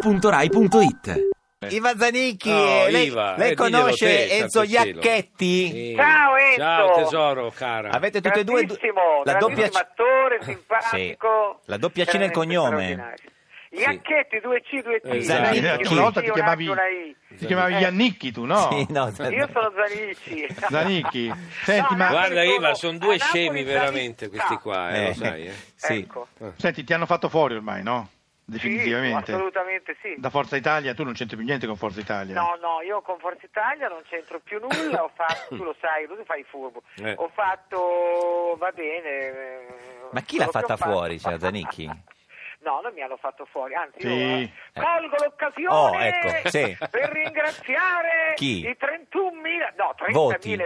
radio2pod.rai.it Iva Zanicchi, Oh, eh, lei, Iva, lei eh, conosce diglielo te, Enzo santo cielo. Iacchetti? Sì. Ciao, Enzo. Ciao tesoro, cara. Avete tutte e due Grandissimo, la doppia grandissimo attore, simpatico. Sì. La doppia C nel veramente cognome. straordinario. Iacchetti, 2C, 2T. Esatto. Zanicchi, Tu un una Eh, volta C, ti un chiamavi- H, una I. Ti chiamavi Eh. Giannicchi tu, no? Sì, no, Io Eh, sono Zanicchi. Zanicchi. Senti, No, ma- Napoli Guarda Iva, sono sono due a Napoli scemi Zanicchi. veramente questi qua, eh, Eh, lo sai. eh. sì. Ecco. Senti, ti hanno fatto fuori ormai, no? Sì, Definitivamente. assolutamente sì. Da Forza Italia, tu non c'entri più niente con Forza Italia. No, no, io con Forza Italia non c'entro più nulla, ho fatto, tu lo sai, tu fai il furbo, Eh. ho fatto, va bene. eh, Ma chi l'ha quello che fatta ho fatto. fuori, signor Zanicchi? No, non mi hanno fatto fuori, anzi Sì. io eh, Eh. colgo l'occasione Oh, ecco, sì. per ringraziare Chi? i 31.000, no, 30.000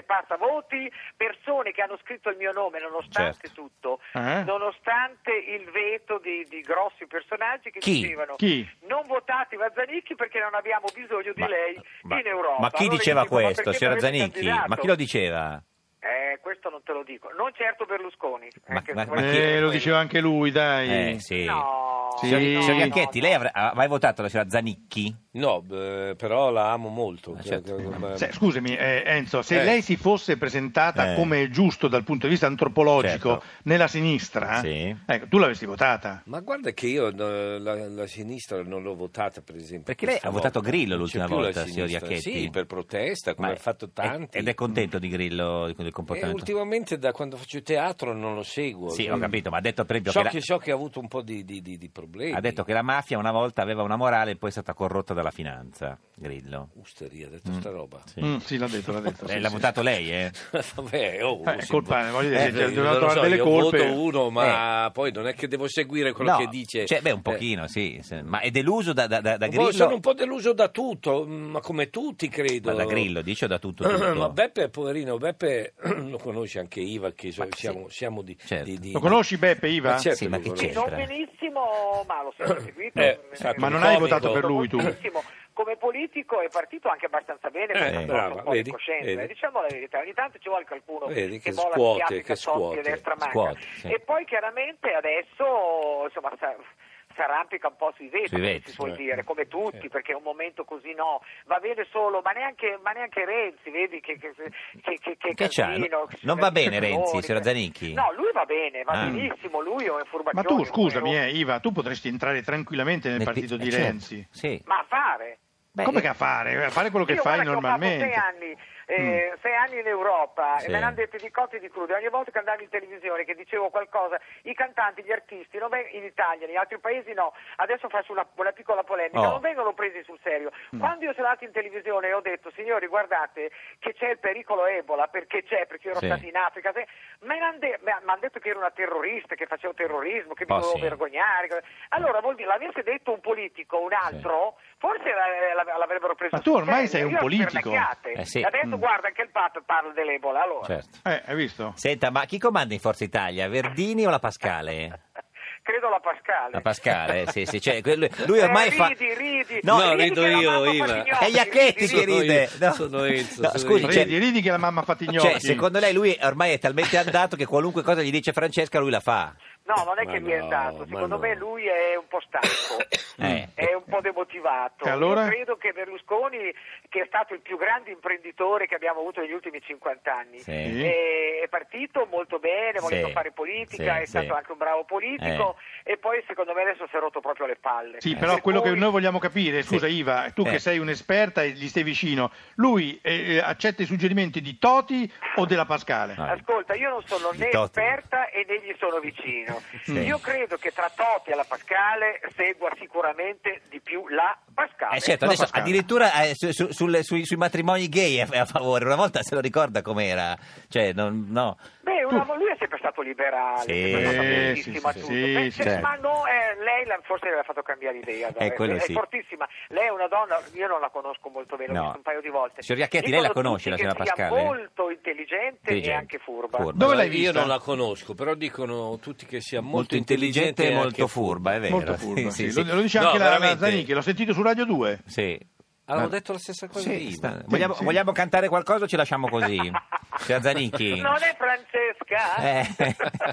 Voti. passavoti, persone che hanno scritto il mio nome nonostante Certo. tutto, Eh? nonostante il veto di, di grossi personaggi che Chi? dicevano Chi? non votate Mazzanicchi perché non abbiamo bisogno di Ma- lei ma- in Europa. Ma chi Allora io diceva dico, ma questo, perché signora non avete Zanicchi? candidato? Ma chi lo diceva? Eh, questo non te lo dico. Non certo Berlusconi. Ma- anche ma- se ma voglio chi- dire Eh, lo quello. diceva anche lui, dai. Eh, sì. No. Sì. no, Signor- Signor signor no, Iacchetti, no. lei avrà- ha mai votato la signora Zanicchi? No, beh, però la amo molto. Cioè, Ah, certo. Ma- Se- scusami eh, Enzo, se Eh. lei si fosse presentata Eh. come è giusto dal punto di vista antropologico Certo. nella sinistra, Sì. ecco, tu l'avresti votata. Ma guarda che io eh, la, la sinistra non l'ho votata, per esempio. Perché lei questa ha votato volta. Grillo Non l'ultima c'è più la volta, signor sinistra. Iacchetti. Sì, per protesta, come Ma- ha fatto tanti. Ed è contento di Grillo, di- del E comportamento? ultimamente da quando faccio teatro non lo seguo. Sì, ho capito, ma ha detto per esempio Mm. So che la- che, so che ha avuto un po' di, di- di- di problemi. Ha detto che la mafia una volta aveva una morale e poi è stata corrotta dalla finanza, Grillo. Usteria, ha detto sta roba. Sì. Mm, sì, l'ha detto, l'ha detto. Eh, sì, l'ha sì. votato lei, eh? Vabbè, oh, Eh, si- colpa- voglio dire, Eh, cioè, non dobbiamo lo trovare so, delle io colpe. voto uno, ma poi non è che devo seguire quello eh. No, che dice. Cioè, beh, un Eh, pochino, sì. sì. Ma è deluso da, da- da- da un po' Grillo? sono un po' deluso da tutto, mm, ma come tutti credo. Ma da Grillo, dice o da tutto? tutto? Ma Beppe, poverino, Beppe lo conosce anche Iva, che so- siamo, siamo di, Certo. di- di- Lo conosci Beppe, Ma Iva? certo Sì, ma che lo c'è? conosco. Non benissimo, ma lo sono seguito. Eh, esatto, Ma un non hai comico. votato per lui, tu? Moltissimo. Come politico è partito anche abbastanza bene, perché Eh, ha fatto brava, un po' vedi, di coscienza. vedi. eh. Diciamo la verità, ogni tanto ci vuole qualcuno Vedi che che vola scuote, schiaffi, che cazzotti scuote. e destra manca. Scuote, sì. E poi chiaramente adesso insomma sa- si arrampica un po' sui vetri, Sui vetri, si vuol eh. dire, come tutti, Eh. perché è un momento così no, va bene solo, ma neanche, ma neanche Renzi, vedi che, che, che, che, che Che c'ha? casino, che Non va bene casino, Renzi, che- signora Zanicchi? No, lui va bene, va Ah. benissimo, lui è un Mm. Ma furbacchione. tu, come scusami, noi. eh, Iva, tu potresti entrare tranquillamente nel Nel partito P- di eh, certo. Renzi. Sì. Ma a fare? Beh, Come eh, che a fare? A fare quello che Io fai guarda ho fatto sei normalmente. anni, eh, sei anni in Europa Mm. Sì. e me ne hanno detto di cotti e di crude. Ogni volta che andavo in televisione che dicevo qualcosa, i cantanti, gli artisti, non veng- in Italia, negli altri paesi no. Adesso faccio una, una piccola polemica, Oh. Mm. non vengono presi sul serio. Quando io sono andato in televisione e ho detto, signori, guardate che c'è il pericolo Ebola, perché c'è, perché io ero Sì. stato in Africa, se- me ne hanno de- me- mi hanno detto che ero una terrorista, che facevo terrorismo, che mi Oh, dovevo sì. vergognare. cosa- Allora vuol dire, l'avesse detto un politico, un altro, forse la- la- l'avrebbero preso Ma tu sul ormai serio. sei un Io politico. spernacchiate. Eh, sì. Adesso Mm. guarda anche il Papa parla dell'Ebola. Allora. certo. Eh, hai visto? Senta, ma chi comanda in Forza Italia, Verdini o la Pascale? Credo la Pascale. La Pascale, eh, sì, sì. Cioè, quello- lui ormai Eh, fa... ridi, ridi. No, Ridi rido che la io, mamma Iva. Fatignoli, È Iacchetti ridi, che Sono ride. io, sono Enzo, No, sono scusi, io. cioè- Ridi, ridi che la mamma fa tignocchi. Cioè, secondo lei lui ormai è talmente andato che qualunque cosa gli dice Francesca lui la fa. No, non è Ma che mi è no, andato. ma Secondo no. me lui è un po' stanco. Eh. È un po' demotivato. E allora? Io credo che Berlusconi, che è stato il più grande imprenditore che abbiamo avuto negli ultimi 50 anni, Sì. eh, è partito molto bene, Sì. volendo fare politica, Sì, è sì. stato anche un bravo politico e poi secondo me adesso si è rotto proprio le palle. Sì, Eh, però Per quello che cui- noi vogliamo capire, scusa Sì. Iva, tu Eh. che sei un'esperta e gli stai vicino, lui eh, eh, accetta i suggerimenti di Toti o della Pascale? No. Ascolta, io non sono Di né Totti. esperta e né gli sono vicino. Sì. Io credo che tra Totti e la Pascale segua sicuramente di più la Pascale. Eh certo, no, adesso Pascale. addirittura eh, su- su- sulle- sui, sui matrimoni gay è a favore, una volta se lo ricorda com'era, cioè non, no, Beh, una- lui è sempre stato liberale, Sì. è sempre stato Eh, apertissimo a sì, sì, tutto. sì, Pensa- certo. Ma no, eh, lei l'ha- forse le ha fatto cambiare idea. dai. Eh, quello è, sì. fortissima. Lei è una donna, io non la conosco molto bene, l'ho No. vista un paio di volte. Signor Iacchetti, Dicono lei la conosce, tutti la che signora sia Pascale? molto intelligente, Intelligente. e anche furba. Furba. Dove l'hai Io vista? non la conosco, però dicono tutti che sia molto, molto intelligente e molto anche- furba, è vero. Molto furba, Sì, sì. sì, Lo, lo dice No, anche la, la veramente. Zanicchi, l'ho sentito su Radio 2. sì. Avevo Ma- Ah, detto la stessa cosa Sì, di Iva. sta- vogliamo, sì. vogliamo cantare qualcosa o ci lasciamo così? Signor Zanicchi. Non è Francesca?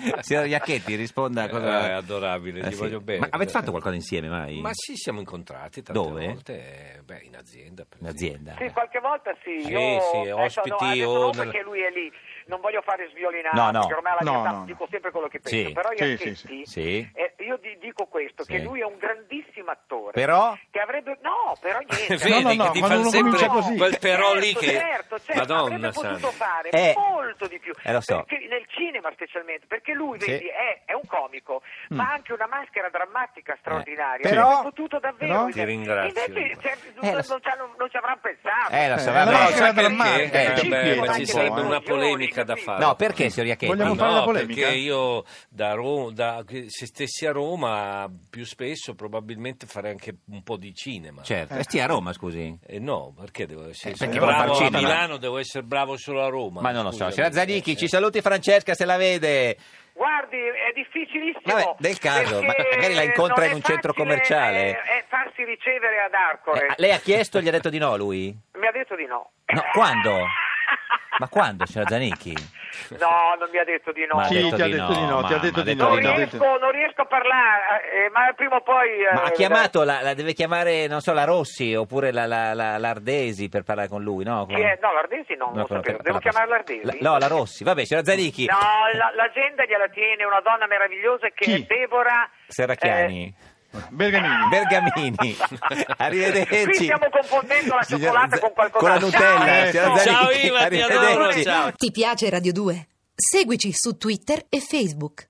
Eh, signor Iacchetti, risponda a cosa... Eh, adorabile, gli voglio bene. Ma avete fatto qualcosa insieme mai? Ma sì, siamo incontrati tante Dove? volte, eh, beh, in azienda. per In esempio. azienda? Sì, qualche volta sì. Sì, Io sì, adesso ospiti no, adesso o non nel- perché lui è lì. Non voglio fare sviolinare, No, no. perché ormai la No, verità no, no. dico sempre quello che Sì. penso. Però Sì, io, sì, Acchetti, Sì. eh, io di- dico questo, che Sì. lui è un grandissimo attore. Però? che avrebbe no però niente Vedi No, no, no, che ti quando fa uno sempre comincia così. quel però lì Certo, che... certo, certo, Madonna avrebbe potuto santa. fare Eh, molto di più eh, lo so. Perché nel cinema specialmente perché lui Sì. vedi, è, è un comico Mm. ma ha anche una maschera drammatica straordinaria Eh. Però- avrebbe potuto davvero Però- vedere. Ti ringrazio. invece cioè, Eh, lo non, so. non ci hanno- non ci avranno pensato Eh, lo so, Eh, vabbè. la No, maschera sai perché? drammatica, Eh, ci beh, spieghi ma un ci po', sarebbe eh. una polemica da fare. No, perché, signor Iacchetti? Vogliamo Ma fare Ah, no, la polemica? Perché io da Ro- da- se stessi a Roma più spesso probabilmente farei anche un po' di cinema. Certo, e stia a Roma, scusi. Eh, no, perché devo essere Eh, perché sono vuole bravo far a cinema. Milano, devo essere bravo solo a Roma. Ma non lo so, scusami. signora Zanicchi, Eh, ci eh. saluti Francesca se la vede. Guardi, è difficilissimo. Vabbè, del caso, perché ma magari la incontra non in è un centro facile, commerciale. eh, eh, farsi ricevere ad Arcore. Eh, lei ha chiesto, gli ha detto di no lui? Mi ha detto di no. No, quando? Ma quando, signora Zanicchi? Cioè, No, non mi ha detto di no. Ma Sì, detto ti ha di detto di no, no, ti ha ma- detto ma di ha no. non, detto di riesco, non riesco a parlare, eh, ma prima o poi... eh, Ma ha chiamato, la, la deve chiamare, non so, la Rossi oppure la, la- la- l'Ardesi per parlare con lui, no? Chi è? No, l'Ardesi no, non lo però- sapevo. per- Devo per la- chiamare l'Ardesi? La- no, la Rossi, vabbè, signora Zanicchi. No, la- l'agenda gliela tiene una donna meravigliosa che Chi? è Deborah... eh, Serracchiani. Bergamini. Bergamini. Arrivederci. Qui stiamo confondendo la Signor cioccolata Z- con qualcosa. Con la Nutella. Ciao, signora Iva. Zanicchi, Ciao, Iva, ti adoro, arrivederci. ciao. Ti piace Radio 2? Seguici su Twitter e Facebook.